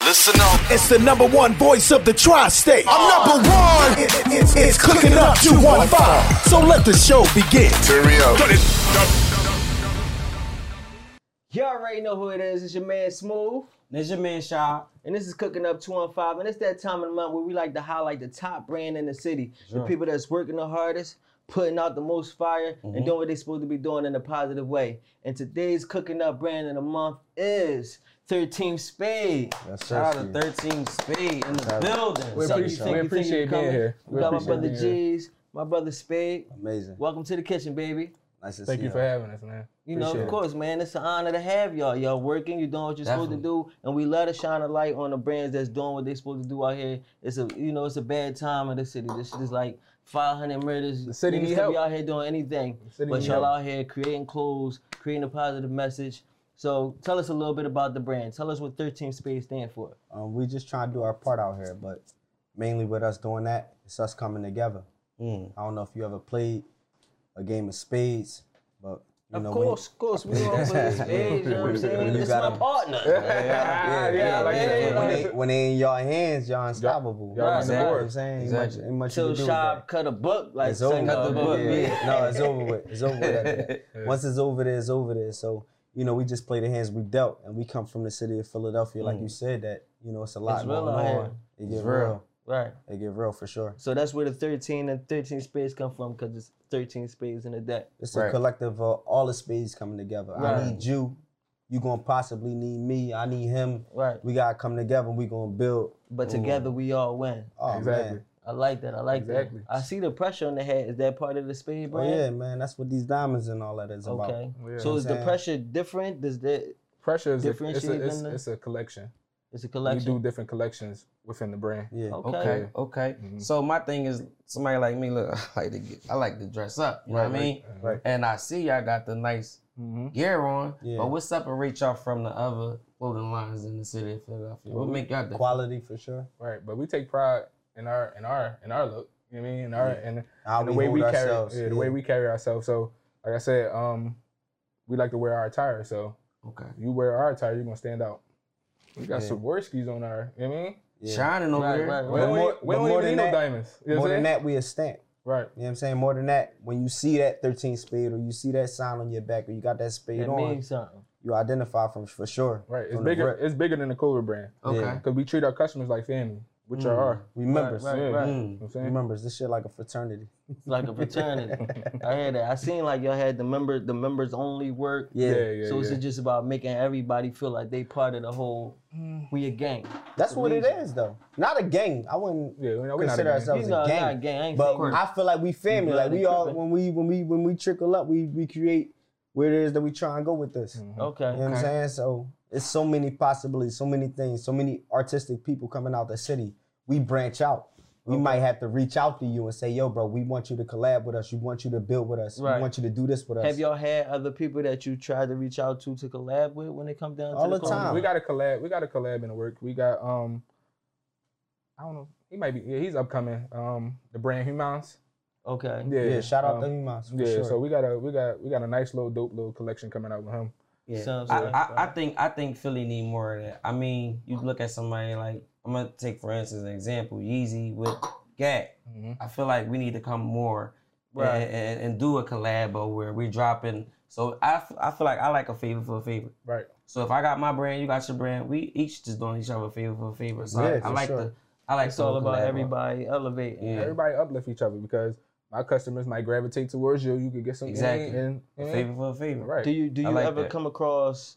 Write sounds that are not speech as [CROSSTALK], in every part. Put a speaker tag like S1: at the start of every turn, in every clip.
S1: Listen up.
S2: It's the number one voice of the tri-state.
S3: I'm number one.
S2: It- it- it's, it's cooking up 215. So let the show begin.
S3: Turn me up.
S4: You already know who it is. It's your man Smooth.
S5: And It's your man Shaw.
S4: And this is Cooking Up 215. And it's that time of the month where we like to highlight the top brand in the city. The people that's working the hardest, putting out the most fire,
S5: Mm-hmm.
S4: and doing what they're supposed to be doing in a positive way. And today's Cooking Up brand of the month is 13 Spade.
S5: Shout out to 13 Spade in the building.
S4: We
S5: Thank
S4: appreciate,
S5: you, thank you, thank you
S4: appreciate
S5: for
S4: being
S5: coming.
S4: here. We got my brother G's, my brother Spade.
S5: Amazing.
S4: Welcome to the kitchen, baby.
S5: Nice to
S6: Thank
S5: see
S6: you for having us, man.
S4: You know,
S6: Appreciate
S4: of
S6: it.
S4: course, man, it's an honor to have y'all. Y'all working, you doing what you're supposed to do, and we love to shine a light on the brands that's doing what they're supposed to do out here. It's a, you know, it's a bad time in the city. This shit is like 500 murders. The
S6: city
S4: Niggas
S6: need
S4: could
S6: help.
S4: be out here doing anything,
S6: city
S4: but
S6: need
S4: y'all
S6: help.
S4: out here creating clothes, creating a positive message. So tell us a little bit about the brand. Tell us what 13 Space stands for.
S5: Um, we just trying to do our part out here, but mainly with us doing that, it's us coming together.
S6: Hmm.
S5: I don't know if you ever played a game of spades, but you
S4: Of
S5: know, when-
S4: course, of course, [LAUGHS] we all play this page, you know what I'm saying?
S5: You
S4: It's
S5: gotta-
S4: my partner.
S5: [LAUGHS]
S4: [LAUGHS]
S5: yeah,
S6: yeah, I like that.
S5: when, they, when they in your hands, y'all unstoppable.
S6: y'all on the
S5: You know what
S6: board.
S5: I'm saying? Ain't
S6: Exactly.
S5: much- ain't much you
S4: Till
S5: can do with
S4: Shab
S5: that.
S4: cut a book, like
S5: It's over.
S4: say, cut the book.
S5: Yeah.
S4: yeah.
S5: No, it's over with. It's over with. after
S4: [LAUGHS]
S5: that. Once it's over there, it's over there. So, you know, we just play the hands we dealt. And we come from the city of Philadelphia,
S6: Hmm.
S5: like you said, that, you know, it's a lot
S4: It's real
S5: going
S4: out
S5: on.
S4: here.
S5: It get real.
S4: Right.
S5: It get real for sure.
S4: So that's where the 13 and 13 spades come from because it's 13 spades in a deck.
S5: It's a collective of all the spades coming together. I need you. You gonna possibly need me. I need him.
S4: Right.
S5: We gotta come together and we gonna build.
S4: But together we all win.
S5: Oh
S6: Exactly.
S5: man.
S4: I like that. I like
S6: Exactly.
S4: that. I see the pressure on the head. Is that part of the spade
S5: Oh
S4: brand?
S5: yeah, man. That's what these diamonds and all that is about.
S4: Okay.
S6: Yeah.
S4: so is the
S5: Understand.
S4: pressure different? Does that
S6: Pressure is a, it's,
S4: Differentiate
S6: a, it's,
S4: in the-
S6: it's a collection.
S4: it's a
S6: We do
S4: collection?
S6: different collections within the brand.
S5: Yeah.
S4: Okay.
S7: Okay, okay.
S5: Mm-hmm.
S7: So my thing is, somebody like me, look, [LAUGHS] I like to get, I like to dress up. You know what I mean?
S5: right.
S7: And I see y'all got the nice
S5: Mm-hmm.
S7: gear on, but what separates y'all from the other clothing lines in the city of Philadelphia? What make y'all different?
S5: Quality for sure.
S6: Right. But we take pride in our in our in our look. You know what I mean? In our and,
S5: How
S6: and the
S5: we
S6: way
S5: hold
S6: we carry
S5: ourselves,
S6: yeah, the
S5: yeah.
S6: way we carry ourselves. So like I said, um, we like to wear our attire. So
S7: Okay.
S6: you wear our attire, you're gonna stand out. We got Swarovskis on our, you know what I mean?
S7: Shining over there.
S6: We
S5: But
S6: don't,
S5: more-
S6: even- we
S5: but
S6: don't
S5: more
S6: even need
S5: than
S6: no
S5: that-
S6: diamonds. You know
S5: More
S6: what
S5: than
S6: I'm saying?
S5: that, we a stamp.
S6: Right.
S5: You know what I'm saying? More than that, when you see that 13 spade or you see that sign on your back or you got that spade
S4: It
S5: on,
S4: means something.
S5: you identify from for sure.
S6: Right. It's
S5: from the
S6: bigger.
S5: rip.
S6: It's bigger than the Clover brand.
S7: Okay.
S6: Because we treat our customers like family, which
S5: Mm.
S6: are our.
S5: We members.
S4: Right,
S6: Yeah.
S4: right.
S6: You
S7: Mm.
S6: know what I'm saying?
S5: Members. This shit like a fraternity.
S4: It's like a
S5: [LAUGHS]
S4: fraternity. I hear that. I seen like y'all had the member the members only work.
S5: Yeah.
S6: Yeah, yeah,
S4: so
S6: yeah.
S4: it's just about making everybody feel like they part of the whole we a gang.
S5: That's what it is though. Not a gang. I wouldn't
S6: Yeah, we're not a
S5: consider
S6: gang.
S5: ourselves
S4: No,
S5: a
S4: it's
S5: gang.
S4: not a gang. I ain't
S5: But
S4: saying we're-
S5: I feel like we family.
S4: You
S5: Like we
S4: bloody
S5: all
S4: tripping.
S5: when we when we when we trickle up, we we create where it is that we try and go with
S6: Mm,
S5: this.
S6: Mm-hmm.
S4: Okay.
S5: You know what I'm saying? So it's so many possibilities, so many things, so many artistic people coming out the city. We branch out. We might have to reach out to you and say, yo, bro, we want you to collab with us. We want you to build with us.
S4: Right.
S5: We want you to do this with us.
S4: Have y'all had other people that you tried to reach out to to collab with when it comes down
S5: All
S4: to
S5: the
S4: corner?
S5: time.
S6: We got a collab. We got a collab in the work. We got um, I don't know. He might be. Yeah, he's upcoming. Um, the brand Humans.
S4: Okay.
S6: Yeah.
S5: yeah, shout out
S6: um,
S5: to you, Mouse, for
S6: Yeah.
S5: sure.
S6: So we got a we got we got a nice little dope little collection coming out with him.
S4: Sounds
S7: I,
S4: like-
S7: I, I think I think Philly need more of that. I mean, you look at somebody like I'm gonna take for instance an example Yeezy with Gat.
S5: Mm-hmm.
S7: I feel like we need to come more
S4: Right.
S7: and, and, and do a collab or where we dropping. So I, f- I feel like I like a favor for a favor.
S6: Right.
S7: So if I got my brand, you got your brand. We each just doing each other a favor for a favor. So
S5: Yeah,
S7: I, I
S5: for
S7: like
S5: sure.
S7: the I like
S4: it's all about
S7: everybody.
S4: everybody elevating.
S6: Everybody uplift each other because my customers might gravitate towards you. You could get some you know what I mean?
S7: Exactly.
S6: And, you know what I mean?
S7: Favor for a favor.
S6: Right.
S4: Do you do
S7: I
S4: you
S7: like
S4: ever
S7: that.
S4: come across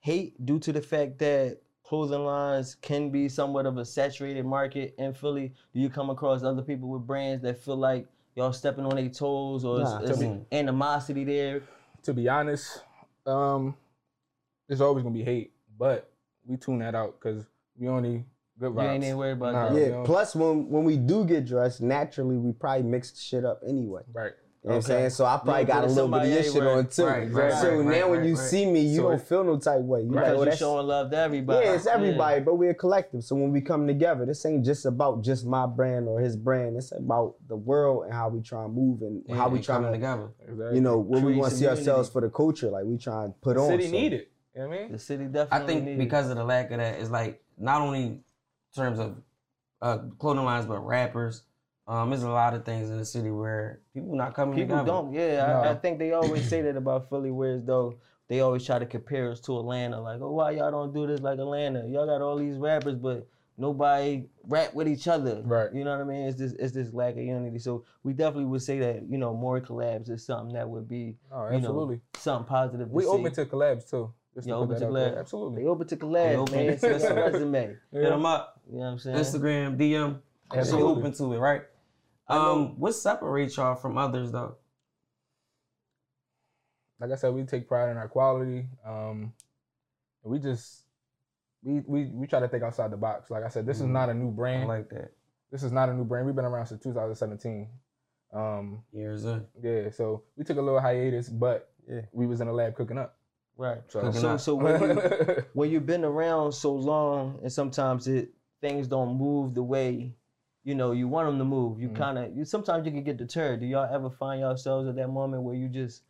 S4: hate due to the fact that clothing lines can be somewhat of a saturated market in Philly? Do you come across other people with brands that feel like y'all stepping on their toes or
S5: Nah.
S4: it's, it's animosity there?
S6: to be honest, um, there's always gonna be hate, but we tune that out because we only good vibes.
S4: You ain't even worried about
S6: Nah,
S4: that.
S5: yeah.
S6: uh, you know?
S5: Plus, when when we do get dressed, naturally we probably mix shit up anyway.
S6: Right.
S5: You know what I'm saying? So I probably
S4: You
S5: got a
S4: put
S5: little bit of
S4: somebody
S5: your shit
S4: everywhere.
S5: on too.
S7: Right, right,
S5: so
S7: right,
S5: now
S7: right,
S5: when you
S7: right.
S5: see me, you
S6: So
S5: don't
S6: it-
S5: feel no type way. You
S4: Because
S5: know,
S4: you
S5: that's,
S4: showing love to everybody.
S5: yeah, it's everybody, but we're a collective. So when we come together, this ain't just about just my brand or his brand. It's about the world and how we try and move and how we
S7: trying
S5: trying to,
S7: together.
S6: Exactly.
S5: you know, where we
S4: Create
S5: want to see
S4: some
S5: ourselves for the culture. Like we try and put on.
S6: city
S5: so-
S6: need it. You know what I mean?
S4: The city
S7: I
S4: definitely.
S7: think
S4: needs-
S7: because of the lack of that, it's like not only in terms of uh, clothing lines, but rappers. Um, there's a lot of things in the city where people not coming
S4: people
S7: together.
S4: don't. Yeah, I, I
S6: No.
S4: think they always say that about Philly. Whereas though they always try to compare us to Atlanta. Like, oh, why y'all don't do this like Atlanta? Y'all got all these rappers, but nobody rap with each other.
S6: Right.
S4: You know what I mean? It's this it's this lack of unity. So we definitely would say that you know more collabs is something that would be
S6: Oh,
S4: you know,
S6: absolutely.
S4: something positive.
S6: we
S4: see.
S6: open to collabs too. Just
S4: Yeah,
S6: put
S4: open
S6: that
S4: to
S6: out there.
S4: collabs.
S6: Absolutely.
S4: They open to collabs,
S7: They open.
S4: man. Send
S6: [LAUGHS]
S4: us a resume.
S7: Hit them up.
S4: You know what I'm saying?
S7: Instagram, DM. It's
S6: Absolutely.
S7: open to it, right? Um, what separates y'all from others though?
S6: Like I said, we take pride in our quality. Um, and we just we, we we try to think outside the box. Like I said, this
S4: Mm.
S6: is not a new
S7: I
S6: brand.
S7: like that.
S6: this is not a new brand. We've been around since 2017. Um,
S7: Years in.
S6: yeah, so we took a little hiatus, but
S5: Yeah.
S6: we was in the lab cooking up.
S4: right.
S6: So [LAUGHS]
S7: Cooking
S4: So
S7: up.
S4: so when you when you've been around so long and sometimes it things don't move the way you know you want them to move you
S6: Mhm.
S4: kind of you sometimes you can get deterred do y'all ever find yourselves at that moment where you just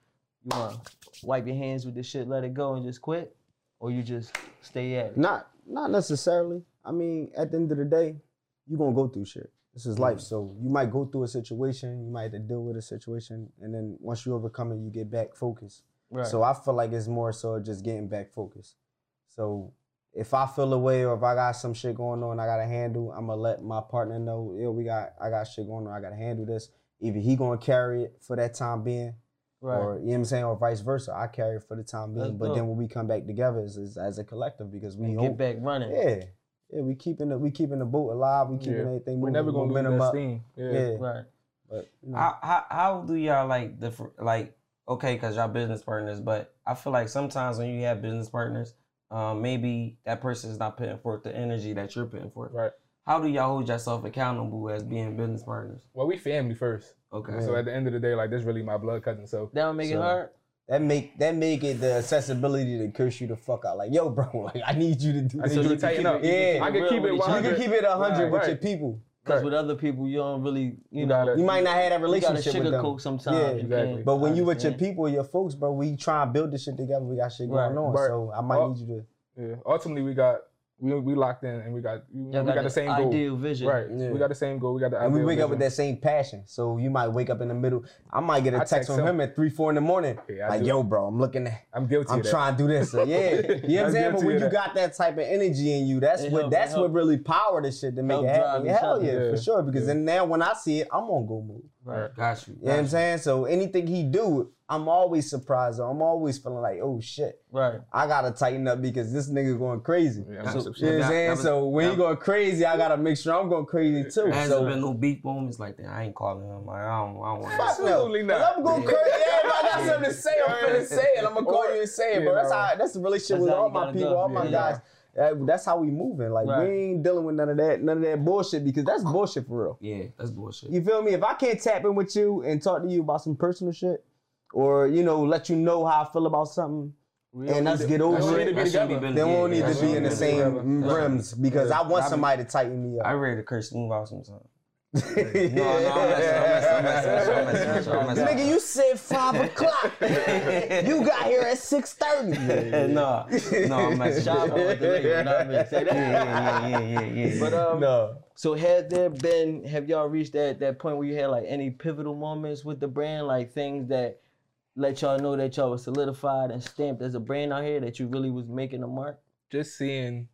S4: you want to wipe your hands with this shit let it go and just quit or you just stay at it
S5: Not not necessarily. I mean, at the end of the day, you gonna go through shit. This is life. So you might go through a situation, you might have to deal with a situation, and then once you overcome it, you get back focused.
S4: right
S5: So I feel like it's more so just getting back focused. So if I feel away or if I got some shit going on, I gotta handle, I'ma let my partner know, yo, we got I got shit going on, I gotta handle this. Either he gonna carry it for that time being,
S4: right
S5: or you know what I'm saying, or vice versa. I carry it for the time being.
S4: That's
S5: but
S4: dope.
S5: then when we come back together is as a collective because we
S4: and get
S5: hope
S4: back running
S5: yeah, yeah. We keeping the we keeping the boat alive. We keeping
S6: Yeah.
S5: everything.
S6: we're
S5: moving,
S6: never gonna
S5: momentum
S6: lose that
S5: up.
S6: steam. Yeah.
S5: Yeah,
S4: right
S5: but you know,
S7: How, how how do y'all like the fr- like okay because y'all business partners but i feel like sometimes when you have business partners um, maybe that person is not putting forth the energy that you're putting forth
S6: Right.
S7: how do y'all hold yourself accountable as being business partners
S6: Well, we family first.
S7: okay
S6: So at the end of the day, like this really my blood cousin. So
S4: that don't make it
S5: So-
S4: hard
S5: that make that make it the accessibility to curse you the fuck out. Like yo, bro, [LAUGHS] like I need you to do.
S6: I need
S5: this.
S6: you to
S5: you
S6: tighten
S4: keep
S6: up.
S4: it- you
S5: can keep
S6: I
S4: it
S6: can
S4: real
S6: keep
S4: with
S6: it
S4: each other.
S6: 100.
S5: can keep it hundred
S6: Right,
S5: with your
S6: right.
S5: people.
S4: because
S6: Right.
S4: with other people you don't really you
S6: You
S4: know
S6: gotta-
S5: You might not have that
S4: you gotta
S5: relationship with them.
S4: sugarcoat sometimes
S5: Yeah,
S4: you
S6: exactly.
S4: can't.
S5: But when you with your
S4: Understand.
S5: people, your folks, bro, we try and build this shit together. We got shit going
S4: Right.
S5: on,
S6: But-
S5: so I might
S6: Oh.
S5: need you to.
S6: Yeah. Ultimately, we got we we locked in and we got we,
S4: Y'all
S6: we got, the same goal.
S4: ideal vision
S6: Right.
S5: Yeah.
S6: We got the same goal. We got the
S5: And we
S6: ideal
S5: wake up with
S6: vision.
S5: that same passion. So you might wake up in the middle. I might get a
S6: I
S5: text,
S6: text
S5: from
S6: him.
S5: him at three, four in the morning.
S6: Yeah, I
S5: like,
S6: do.
S5: yo, bro, I'm looking at.
S6: I'm guilty.
S5: I'm
S6: of that.
S5: trying to do
S6: [LAUGHS]
S5: this. So, yeah. You know what I'm
S6: I'm
S5: saying? But
S6: guilty
S5: when
S6: of
S5: you
S6: that.
S5: got that type of energy in you, that's
S4: It
S5: what
S4: help,
S5: that's
S4: it
S5: what
S4: help.
S5: really power this shit to make
S4: Help
S5: it happen.
S4: drive each
S5: Hell
S4: other.
S5: yeah,
S6: Yeah.
S5: for sure. Because then now when I see it, I'm on go move.
S4: right
S7: got you
S5: You know what I'm saying? So anything he do, I'm always surprised. Or I'm always feeling like, oh shit,
S6: [LAUGHS]
S4: right
S5: I gotta tighten up because this nigga going crazy.
S6: Yeah,
S7: Got
S6: I'm
S7: you.
S6: so-
S5: You know what
S7: That-
S5: I'm saying?
S7: that was-
S5: so when
S7: that-
S5: he going crazy, I gotta make sure I'm going crazy too.
S7: there hasn't
S5: So-
S7: been no beef boom it's like that i ain't calling him like, i don't, I don't want
S5: Fuck
S7: to
S5: no.
S6: Absolutely not.
S5: 'Cause I'm going crazy. Yeah, if I got something to say, I'm gonna say it. I'm gonna call
S6: Or-
S5: you and say it,
S6: you
S5: bro. That's
S6: know.
S5: how. That's the relationship
S4: That's
S5: with
S4: how
S5: all
S4: you
S5: my
S4: gotta
S5: people,
S4: do it.
S5: all my
S4: Yeah.
S5: guys. That- that's how we moving. Like
S4: Right.
S5: we ain't dealing with none of that, none of that bullshit because that's bullshit for real.
S7: yeah that's bullshit
S5: You feel me? If I can't tap in with you and talk to you about some personal shit, or you know, let you know how I feel about something,
S6: We
S5: and
S6: don't
S5: us
S6: need
S5: get
S6: to-
S5: over
S6: we don't
S5: it.
S6: need to be
S7: That shouldn't
S6: together.
S7: be been-
S5: then we
S7: yeah,
S5: don't need
S7: that
S5: to
S7: shouldn't
S5: be in the
S7: been
S5: same
S7: together. That's-
S5: rims because I want somebody to tighten me
S7: i
S5: up.
S7: ready to curse move out sometime
S5: [LAUGHS] no,
S7: no, I'm messing, I'm messing, I'm messing, I'm messing, I'm messing.
S5: Nigga, you said [LAUGHS] five o'clock. you got here at six thirty.
S7: no no i'm [LAUGHS] messing
S4: Shout out to the lady, you know what I mean? Say that.
S7: yeah yeah yeah yeah yeah, yeah.
S5: [LAUGHS]
S4: But um,
S5: No.
S4: so have there been? Have y'all reached that that point where you had like any pivotal moments with the brand, like things that let y'all know that y'all was solidified and stamped as a brand out here that you really was making a mark?
S6: Just seeing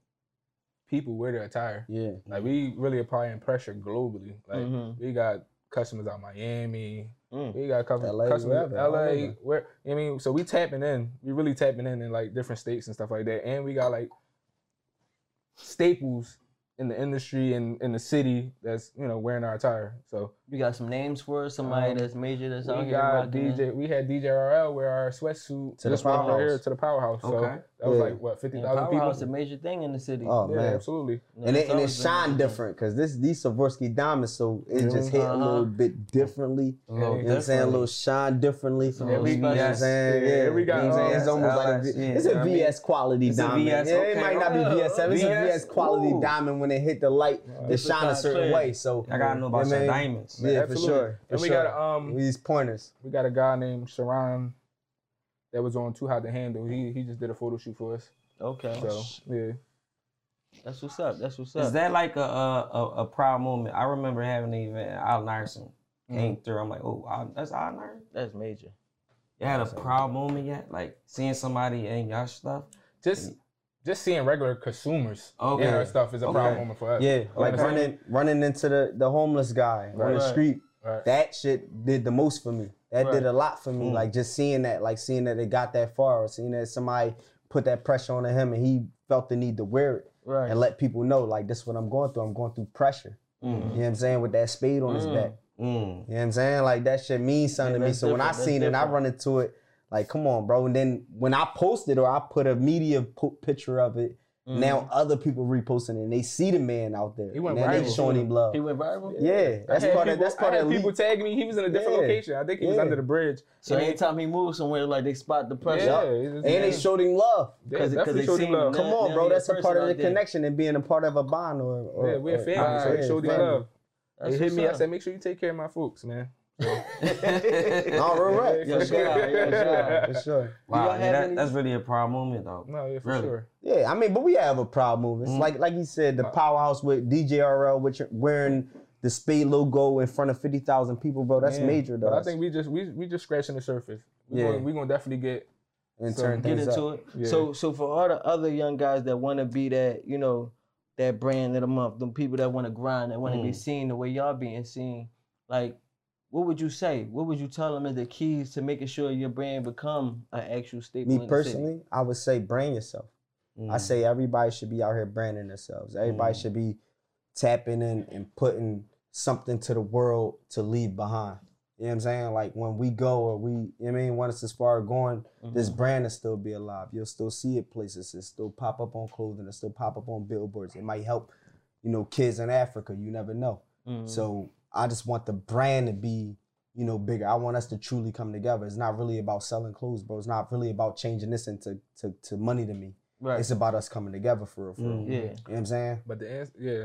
S6: people wear their attire.
S5: Yeah.
S6: Like we really applying pressure globally. Like
S4: Mhm.
S6: we got customers out Miami.
S4: Mm.
S6: We got customers,
S5: LA,
S6: customers
S5: wherever, all
S6: LA.
S5: over.
S6: Where I mean, so we tapping in. We really tapping in in like different states and stuff like that. And we got like staples in the industry and in the city that's you know wearing our attire. So
S4: You got some names for us, somebody
S6: Um,
S4: that's major that's out
S6: we
S4: here.
S6: got
S4: rocking it?
S6: DJ. We had DJ RL wear our sweatsuit
S5: To the
S6: this one right here
S5: powerhouse.
S6: to the powerhouse. So
S7: Okay.
S6: that was
S5: Yeah.
S6: like what fifty
S4: And
S6: thousand
S4: Powerhouse, a
S6: people.
S4: major thing in the city.
S5: Oh
S6: Yeah,
S5: man.
S6: absolutely.
S4: You know, it's
S5: And it, and it
S4: always been
S5: shine
S4: like that.
S5: different because this these Savorsky diamonds, so it just
S6: Mhm.
S5: hit a
S4: Uh-huh.
S5: little bit differently.
S6: Oh,
S7: A little
S5: You know what I'm saying? A little shine differently.
S4: a little
S5: you know what
S4: special.
S5: I'm saying?
S6: Yeah,
S5: Yeah,
S6: we got,
S5: you know what I'm saying? It's
S7: uh,
S5: almost like a,
S7: LS,
S5: V-
S7: yeah,
S5: it's
S7: you know
S5: a
S7: what I mean?
S5: VS quality
S7: It's a
S5: diamond.
S7: VS,
S5: yeah, it
S7: okay,
S5: might not be
S7: okay.
S5: VS7, it's a
S7: VS?
S5: VS quality
S7: Ooh.
S5: diamond when it hit the light, it
S4: It's
S5: shine a
S4: not
S5: certain
S4: clear.
S5: way. So
S7: I gotta know about
S5: Yeah,
S7: your
S5: man.
S7: diamonds.
S5: Yeah, for
S6: Absolutely.
S5: sure.
S6: And
S5: for
S6: um, we
S5: sure.
S6: got um
S5: these pointers.
S6: we got a guy named Sharon that was on Too Hot to Handle. He he just did a photo shoot for us.
S4: Okay.
S6: So yeah,
S4: That's what's up. That's what's
S7: Is
S4: up.
S7: that like a a, a, a proud moment? I remember having an event. Al Narson came through. I'm like, oh, Al- that's Al Narson.
S4: That's major.
S7: You had a proud moment yet? Like seeing somebody in your stuff?
S6: just just seeing regular consumers
S7: Okay. mm.
S6: in our stuff is a proud
S7: Okay.
S6: moment for us.
S5: Yeah, like
S6: Okay.
S5: running running into the, the homeless guy on
S6: Right.
S5: the street.
S6: Right.
S5: That shit did the most for me. That
S6: Right. Hmm.
S5: did a lot for me. Like just seeing that, like seeing that it got that far, or seeing that somebody put that pressure on him and he felt the need to wear it
S4: Right.
S5: and let people know, like this is what I'm going through. I'm going through pressure.
S6: Hmm.
S5: You know what I'm saying? With that spade on his back. You
S7: Mm.
S5: know what I'm saying? Like that shit means something to me.
S4: that's
S5: So when I
S4: different,
S5: seen it
S4: that's
S5: and I
S4: different.
S5: run into it, like, come on, bro. And then when I post it or I put a media po- picture of it, now other people reposting it and they see the man out there.
S6: Hmm. He went
S5: and they
S6: viral.
S5: showing him love.
S4: He went viral.
S5: yeah, that's
S6: I had
S5: part of
S6: people-
S5: that's
S6: I
S5: part
S6: had
S5: of
S6: people
S5: elite.
S6: tagging me. He was in a different
S5: Yeah.
S6: location. I think he was
S5: Yeah.
S6: under the bridge.
S4: So anytime he moves somewhere, like they spot the pressure.
S6: Yeah,
S5: And they showed him love.
S4: Because- because they
S6: showed
S4: seen
S6: him love.
S4: that-
S5: Come on,
S4: now
S5: bro.
S4: he a
S5: That's a
S4: person
S5: part
S4: out
S5: of the
S4: there.
S5: connection and being a part of a bond or, or
S6: Yeah, we're
S5: or-
S6: family. So
S5: yeah,
S6: they showed you
S5: family.
S6: love.
S4: That's
S6: they hit
S4: what's
S6: me. I
S4: up.
S6: said, make sure you take care of my folks, man.
S4: [LAUGHS]
S6: [LAUGHS]
S5: No, real rap.
S4: Yo,
S5: For
S4: shout
S5: sure.
S4: out, yo, shout out.
S5: [LAUGHS] For sure.
S7: Wow,
S4: y'all
S7: yeah,
S4: have
S7: that,
S4: any-
S7: that's really a proud moment though.
S6: No, yeah, for
S7: Really?
S6: sure.
S5: Yeah, I mean, but we have a proud movement. It's Like like you said, the powerhouse with DJRL, which are wearing the Spade logo in front of fifty thousand people, bro. That's
S6: Yeah.
S5: major, though.
S6: But I think we just we we just scratching the surface. We
S5: Yeah.
S6: gonna, we gonna definitely get
S5: and
S6: so
S5: turn
S4: Get
S5: things
S4: into
S5: up.
S4: it.
S6: Yeah.
S4: So, so for all the other young guys that want to be that, you know, that brand of the month, them people that want to grind, that want to be
S6: Mm.
S4: seen the way y'all being seen, like, what would you say? What would you tell them is the keys to making sure your brand become an actual staple? in
S5: Me
S4: the city?
S5: personally, I would say brand yourself.
S7: Mm,
S5: I say everybody should be out here branding themselves. Everybody should be tapping in and putting something to the world to leave behind. You know what I'm saying? Like when we go or we, you know what I mean, once it's far gone,
S4: Mm-hmm.
S5: this
S4: Mm.
S5: brand will still be alive. You'll still see it places. It'll still pop up on clothing. It'll still pop up on billboards. It might help, you know, kids in Africa. You never know.
S4: Mm-hmm. Mm.
S5: So I just want the brand to be, you know, bigger. I want us to truly come together. It's not really about selling clothes, bro. It's not really about changing this into to, to money to me.
S4: Right.
S5: It's about us coming together for real, for real.
S4: Yeah.
S5: You know what I'm saying?
S6: but the answer yeah.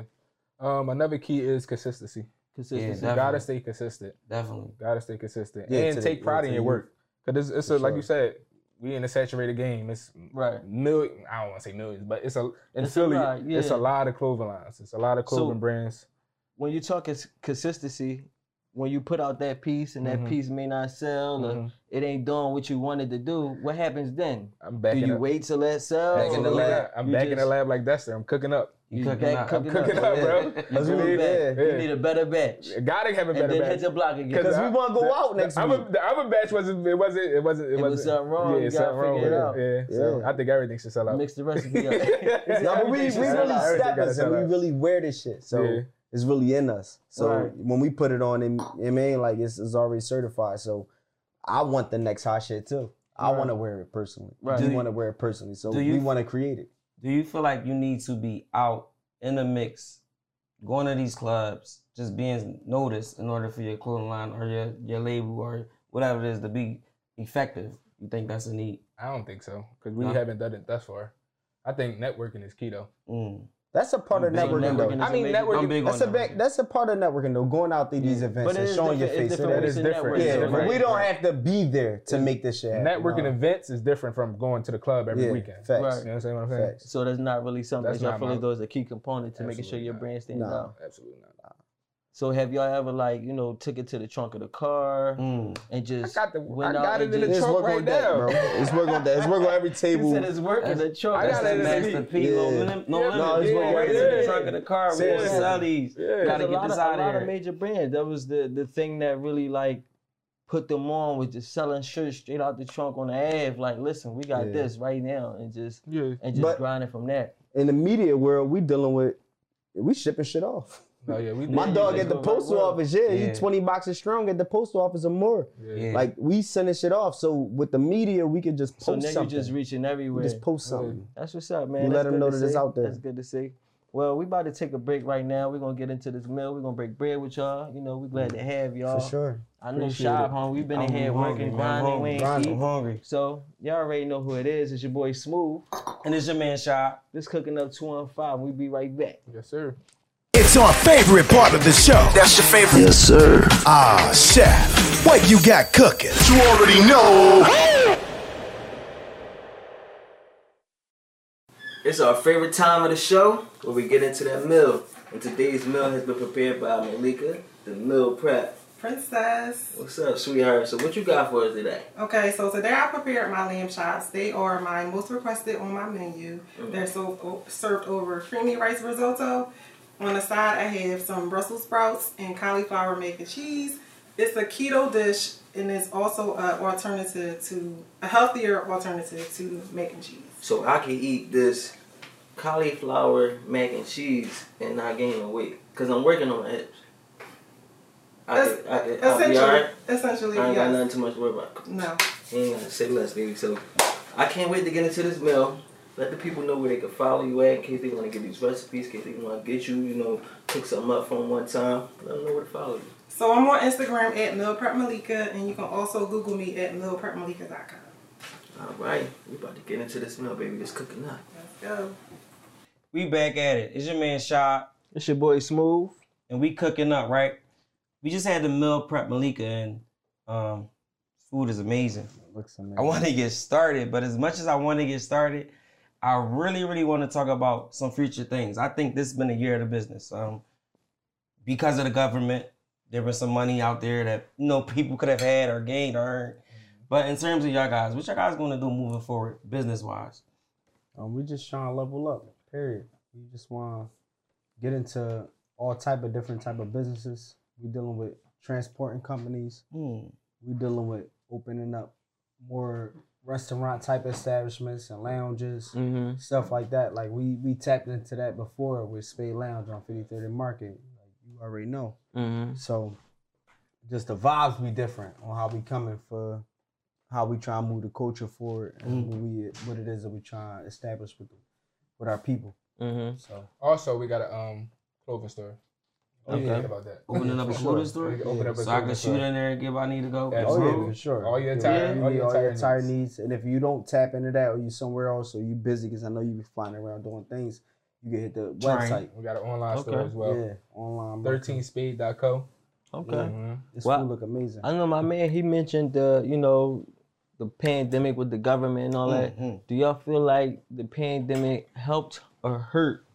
S6: Um, another key is consistency.
S4: Consistency.
S6: You
S7: Yeah,
S6: gotta
S7: definitely.
S6: stay consistent.
S7: Definitely.
S6: Gotta stay consistent
S5: Yeah,
S6: and
S5: to-
S6: take
S5: yeah,
S6: pride
S5: to
S6: in your
S5: you.
S6: work. Cause it's, it's a,
S5: For
S6: like you
S5: sure.
S6: said, we in a saturated game. It's
S4: Right.
S6: million. I don't want to say millions, but it's a in
S4: It's a
S6: Philly.
S4: lot,
S6: It's
S4: yeah.
S6: a lot of clothing lines. It's a lot of
S4: So-
S6: clothing brands.
S4: when you talk is consistency, when you put out that piece and
S6: Mhm.
S4: that piece may not sell or
S6: Mhm.
S4: it ain't doing what you wanted to do, what happens then?
S6: I'm back
S4: do
S6: in
S4: you
S6: the,
S4: wait till it sells?
S5: Back in
S4: or
S5: the
S4: you-
S5: lab.
S6: I'm
S4: you
S6: back in
S4: just-
S6: the lab like Dexter. I'm cooking up.
S7: You
S4: You
S7: cooking
S4: back
S7: up?
S4: cooking
S7: I'm
S4: up.
S6: Cooking up, bro.
S5: Let's
S6: You
S5: move
S6: need-
S5: back.
S6: yeah.
S4: You need a better batch.
S6: Gotta have a
S4: And
S6: better
S4: then
S6: batch.
S4: hit the block again.
S5: 'Cause
S6: I-
S5: we wanna go
S6: the-
S5: out next
S6: the other-
S5: week.
S6: The other batch wasn't. It wasn't. It wasn't. It,
S4: It was
S6: wasn't
S4: something wrong.
S6: Yeah,
S4: You gotta
S6: something wrong.
S4: figure
S6: With
S4: it
S6: it.
S4: out.
S6: Yeah. So
S5: Yeah.
S6: I think everything should sell out.
S4: Mix the recipe
S6: [LAUGHS]
S5: [LAUGHS]
S4: up.
S5: No, but we, we
S4: Everything should
S5: really
S4: sell out.
S5: steppers and we
S6: Everything
S5: really wear this shit. So
S6: Yeah.
S5: it's really in us. So
S4: Right.
S5: when we put it on, it, it mean like it's, it's already certified. So I want the next hot shit too. I want to wear it personally.
S4: Right.
S5: We
S4: Do you-
S5: want to wear it personally. So
S7: do
S5: we
S7: you-
S5: want to create it.
S7: Do you feel like you need to be out in the mix, going to these clubs, just being noticed in order for your clothing line or your, your label or whatever it is to be effective? You think that's a need?
S6: I don't think so because we
S7: No.
S6: haven't done it thus far. I think networking is key though.
S7: Mm.
S5: That's a part of
S7: big on
S5: networking,
S4: networking.
S5: though.
S4: It's
S6: I mean,
S4: amazing.
S6: networking.
S7: I'm big
S5: That's a
S7: on
S5: big, that's a part of networking though. Going out to these events
S4: But it
S5: and
S4: is
S5: showing your
S4: different-
S5: face.
S4: it's
S5: So
S4: different
S5: that
S4: when
S5: is
S4: it's
S6: different.
S4: networking.
S5: yeah,
S6: different.
S5: but
S6: Right.
S5: we don't have to be there to make this shit happen.
S6: Networking
S5: No.
S6: events is different from going to the club every
S5: Yeah,
S6: weekend.
S5: facts.
S6: You know what I'm saying? What I'm saying?
S5: Facts.
S4: So that's not really something
S6: That's
S4: that y'all
S6: not
S4: feel
S6: my-
S4: like though is a key component to making sure
S6: Absolutely
S4: your
S6: not.
S4: brand stands
S5: Nah.
S4: out.
S6: Absolutely not.
S4: So have y'all ever like, you know, took it to the trunk of the car
S7: Mm.
S4: and just
S6: got the-
S4: went
S6: I
S4: out
S6: got
S4: and
S6: it in the
S4: just-
S5: It's
S6: trunk
S5: work
S6: right
S5: on deck,
S6: now.
S5: bro. It's work on that. It's work on every
S4: You
S5: table.
S4: said it's working the trunk.
S6: I
S4: That's
S6: got it
S4: the
S6: in the
S4: master
S6: seat.
S7: Master P, no,
S5: Yeah.
S7: lim- no
S6: Yeah,
S7: limit.
S5: no, it's
S7: Yeah,
S5: going
S7: right
S5: right
S7: to the
S6: there.
S7: trunk of the car. We want to
S5: Seriously.
S7: sell these.
S6: Yeah.
S7: Gotta
S4: There's a
S7: get
S4: lot
S7: this
S4: of,
S7: out
S4: a
S7: of
S4: lot of
S7: here.
S4: major brands. That was the the thing that really like put them on was just selling shirts straight out the trunk on the Ave. Like, listen, we got
S5: Yeah.
S4: this right now, and just
S6: Yeah.
S4: and just
S5: But-
S4: grinding from that.
S5: In the media world, we dealing with we shipping shit off.
S6: No, Oh, yeah, we
S5: My
S6: yeah,
S5: dog
S6: yeah,
S5: at the
S4: go right
S5: postal
S4: well.
S5: office, yeah,
S7: Yeah.
S5: he twenty boxes strong at the postal office or more.
S7: Yeah.
S5: Like we sending shit off. So with the media, we could just post
S4: So now
S5: something.
S4: you're just reaching everywhere.
S5: We just post something.
S4: That's what's up, man.
S5: You let
S4: That's
S5: 'em
S4: good
S5: know
S4: to
S5: that it's
S4: see.
S5: out there.
S4: That's good to see. Well, we about to take a break right now. We're gonna get into this meal. We're gonna break bread with y'all. You know, we glad to have y'all.
S5: Mm, For sure.
S4: I know
S5: Appreciate
S4: Shab,
S5: it.
S4: home. We've been
S7: I'm
S4: in here
S7: hungry,
S4: working,
S7: man. I'm
S4: grinding, we
S7: hungry.
S4: ain't
S5: Grinding.
S7: I'm
S4: eat.
S7: hungry.
S4: So y'all already know who it is. It's your boy Smooth.
S7: And it's your man, Shaw.
S4: This cooking up two one five. We be right back.
S6: Yes, sir.
S2: It's our favorite part of the show. That's your favorite. Yes, sir. Ah, chef, what you got cooking? You already know.
S4: It's our favorite time of the show where we get into that meal. And today's meal has been prepared by Malika, the meal prep.
S1: Princess.
S4: What's up, sweetheart? So what you got for us today?
S1: Okay, so today I prepared my lamb chops. They are my most requested on my menu.
S4: Mm.
S1: They're so o- served over creamy rice risotto. On the side, I have some Brussels sprouts and cauliflower mac and cheese. It's a keto dish, and it's also an alternative to a healthier alternative to mac and cheese.
S4: So I can eat this cauliflower mac and cheese and not gain no weight. Cause I'm working on my hips. I
S1: Es-
S4: could, I could, I'll be
S1: essentially,
S4: alright.
S1: essentially,
S4: I ain't got
S1: yes.
S4: nothing too much to worry about.
S1: No.
S4: ain't gotta Mm, say less, baby. So I can't wait to get into this meal. Let the people know where they can follow you at in case they want to get these recipes, in case they want to get you, you know, cook something up from one time. Let them know where to follow you.
S1: So I'm on Instagram at Meal Prep Malika, and you can also Google me at mealprepmalika.com.
S4: All right, we about to get into this meal, baby. It's cooking up.
S1: Let's go.
S7: We back at it. It's your man Shaw,
S4: It's your boy Smooth.
S7: and we cooking up, right? We just had the meal prep Malika, and um, food is amazing.
S5: Looks amazing.
S7: I want to get started, but as much as I want to get started, I really, really want to talk about some future things. I think this has been a year of the business. Um, because of the government, there was some money out there that you know [LAUGHS] people could have had or gained or earned.
S5: Mm-hmm.
S7: But in terms of y'all guys, what y'all guys going to do moving forward, business wise?
S5: Um, we just trying to level up. Period. We just want to get into all type of different type of businesses. We dealing with transporting companies. We dealing with opening up more restaurant type establishments and lounges,
S6: Mm-hmm.
S5: stuff like that. Like we we tapped into that before with Spade Lounge on Fifty Third and Market. Like you already know.
S6: Mm-hmm.
S5: So just the vibes be different on how we coming for how we try to move the culture forward and what we what it is that we try to establish with with our people.
S6: Mm-hmm.
S5: So
S6: Also, we got a um clothing store. Don't
S5: Okay.
S6: forget about that.
S7: Oh, Opening up a
S5: For
S7: clothing
S5: sure.
S6: We
S7: store,
S6: can open up a
S7: so I
S6: clothing
S7: can
S6: store.
S7: shoot in there and get what I need to go.
S6: Yeah,
S7: get
S5: oh yeah,
S7: food.
S5: for sure.
S6: All your
S5: Yeah,
S6: attire-
S5: you
S6: all
S5: need
S6: your
S5: all your
S6: attire
S5: entire
S6: needs.
S5: needs. And if you don't tap into that or you somewhere else or you busy because I know you be flying around doing things, you can hit the
S7: Train.
S5: website.
S6: We got an online store
S4: Okay.
S6: as well.
S5: yeah, online.
S6: 13speed.co.
S5: Mm-hmm.
S4: Okay.
S6: Mhm.
S5: This
S4: Wow.
S5: food look amazing.
S4: I know my man, he mentioned the, you know, the pandemic with the government and all that.
S5: Mm-hmm.
S7: Mhm.
S4: Do y'all feel like the pandemic helped or hurt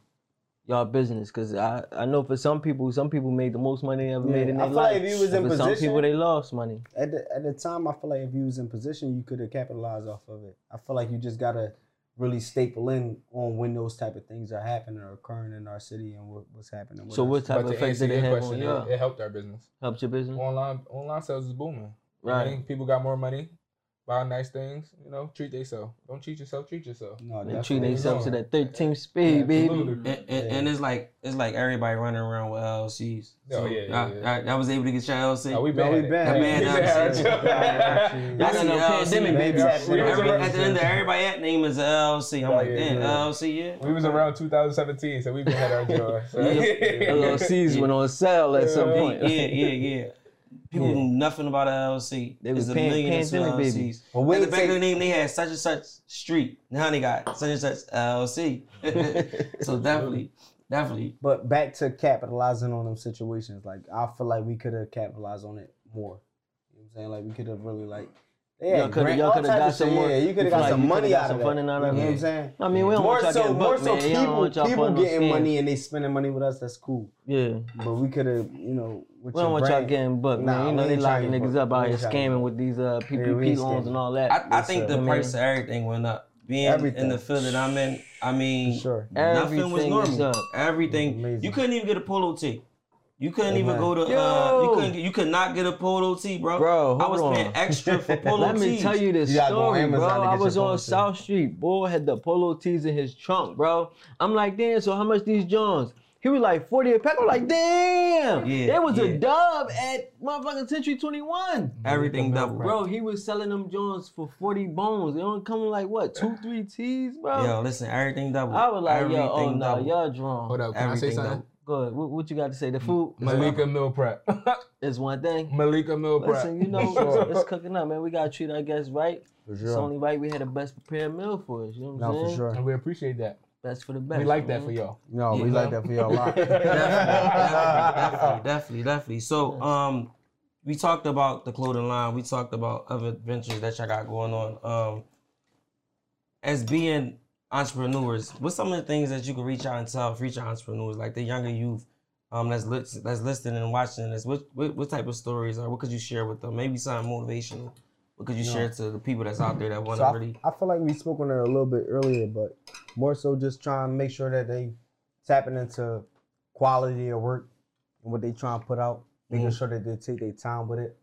S4: y'all business? Because I, I know for some people, some people made the most money they ever made
S5: Yeah,
S4: in their
S5: I feel like
S4: life.
S5: if you was
S4: And
S5: in
S4: for some people,
S5: position-
S4: they lost money.
S5: at the, at the time, I feel like if you was in position, you could have capitalized off of it. I feel like you just gotta really staple in on when those type of things are happening or occurring in our city and what, what's happening. With
S4: So
S5: us.
S4: what type
S6: But
S4: of
S6: to
S4: effect
S6: answer
S4: did it
S6: your
S4: have
S6: question,
S4: on
S6: it-
S4: y'all?
S6: it, helped our business.
S4: Helped your business?
S6: Online online sales is booming.
S5: Mm-hmm.
S6: I
S4: Right.
S6: think people got more money, buy nice things. You know, treat themselves. Don't treat yourself. Treat yourself.
S5: No,
S4: They
S5: that's
S4: treat
S5: what we
S4: themselves to
S5: doing.
S4: that 13 speed, baby.
S6: Absolutely.
S7: And, and, and it's like it's like everybody running around with LLCs.
S6: Oh, yeah, yeah,
S7: I,
S6: yeah.
S7: I, I was able to get your LLC.
S6: No, we
S5: No, we
S6: been.
S5: been
S7: That man
S6: had it. [LAUGHS]
S7: out
S6: We
S7: here.
S6: been had it.
S7: Y'all
S4: Y'all got
S7: see
S4: no
S7: LLC,
S4: pandemic, baby.
S5: baby.
S6: We was
S7: Every,
S6: around-
S7: at the end of everybody at name is LLC. I'm
S6: Oh,
S7: like,
S6: yeah,
S7: damn,
S6: yeah.
S7: LLC, yeah.
S6: We was around 2017, so we've
S4: [LAUGHS]
S6: been at our joy. So. [LAUGHS]
S4: LLCs went on sale at some
S6: Yeah.
S4: point.
S7: Yeah, yeah, yeah. People
S4: Yeah.
S7: knew nothing about LLC.
S4: They
S7: There's
S4: was
S7: a
S4: pan-
S7: million and two
S4: pandemic
S7: LLCs.
S4: babies.
S5: But
S7: At
S5: we
S7: the back
S5: take-
S7: of the name, they had such and such street. Now they got such and such LLC. [LAUGHS]
S6: [LAUGHS]
S7: so definitely, definitely.
S5: But back to capitalizing on them situations. Like I feel like we could have capitalized on it more. You know what I'm saying? Like we could have really like yeah,
S4: Y'all coulda-
S5: grant-
S4: y'all
S5: all
S4: coulda
S5: type
S4: got
S5: of
S4: some
S5: shit.
S4: more-
S5: Yeah, you
S4: you
S5: could have
S4: feel
S5: got
S4: like you
S5: some
S4: coulda
S5: money
S4: got
S5: out
S4: some
S5: of
S4: fun
S5: it. You
S4: and
S5: know
S4: all
S5: what
S4: that.
S5: I'm saying?
S4: [LAUGHS] I mean, we don't
S5: More
S4: want y'all
S5: so,
S4: getting
S5: more
S4: booked,
S5: so
S4: man. Y'all don't
S5: people,
S4: want y'all
S5: people
S4: putting on
S5: getting
S4: scam.
S5: money and they spending money with us. That's cool.
S4: Yeah.
S5: But we could have, you know, with
S4: We don't
S5: your
S4: want y'all
S5: brand-
S4: getting booked,
S5: Nah,
S4: man. You
S5: we
S4: know, they
S5: ain't
S4: locking
S5: trying to get
S4: niggas
S5: booked.
S4: up out
S5: We
S4: here
S5: ain't trying to
S4: scamming with these uh,
S5: we
S4: PPP loans
S5: ain't scamming.
S4: and all that.
S7: I, I think the
S4: man.
S7: price of everything went up. Being in the
S5: Everything.
S7: field that I'm in, I
S5: For
S7: mean,
S5: sure.
S7: nothing was
S4: Everything is
S7: normal.
S4: up.
S7: Everything.
S5: Amazing.
S7: You couldn't even get a polo tee. You couldn't even
S5: Amen.
S7: go to. Uh, you
S4: Yo!
S7: couldn't. Get, you could not get a polo tee, bro.
S4: Bro,
S7: I was
S4: hold
S7: paying
S4: on. [LAUGHS]
S7: extra for polo
S4: Let me
S7: tees.
S4: tell you this
S5: You gotta go on
S4: story, bro.
S5: Amazon to
S4: I
S5: get
S4: was
S5: your
S4: on
S5: polo tee.
S4: South Street. Boy had the polo tees in his trunk, bro. I'm like, damn. So how much these Johns? He was like 40 a pack. I'm like, damn.
S7: Yeah,
S4: there was
S7: yeah.
S4: a dub at motherfucking Century 21.
S7: Everything double,
S4: Bro, he was selling them Johns for 40 bones. They don't come in like what, two, three tees, bro?
S7: Yo, listen, everything double.
S4: I was like, yo, oh
S7: Everything
S4: no,
S7: double.
S4: y'all drunk.
S6: Hold up, can I say
S7: Everything
S6: something?
S4: Go ahead. What, what you got to say? The food is one-
S6: Malika Mill Prep.
S4: is one thing.
S6: [LAUGHS] Malika Mill Prep.
S4: Listen, you
S6: [LAUGHS]
S4: know, it's, it's cooking up, man. We gotta treat our guests right.
S5: For
S4: It's
S5: sure.
S4: only right we had the best prepared meal for us. You know what I'm
S5: No,
S4: saying?
S5: for sure.
S6: And we appreciate that.
S4: Best for the best.
S6: We like
S4: man.
S6: that for y'all.
S5: No, we
S7: Yeah.
S5: like that for y'all a lot.
S6: [LAUGHS]
S7: definitely, definitely, definitely, definitely. So, um, we talked about the clothing line. We talked about other ventures that y'all got going on. Um, as being entrepreneurs, what's some of the things that you can reach out and tell future entrepreneurs, like the younger youth um, that's lit, that's listening and watching this? What, what what type of stories are? What could you share with them? Maybe something motivational. What could you share to the people that's out there that want
S5: So
S7: to
S5: I,
S7: really?
S5: I feel like we spoke on it a little bit earlier, but more so just trying to make sure that they tapping into quality of work and what they trying to put out, making
S6: Mm-hmm.
S5: sure that they take their time with it.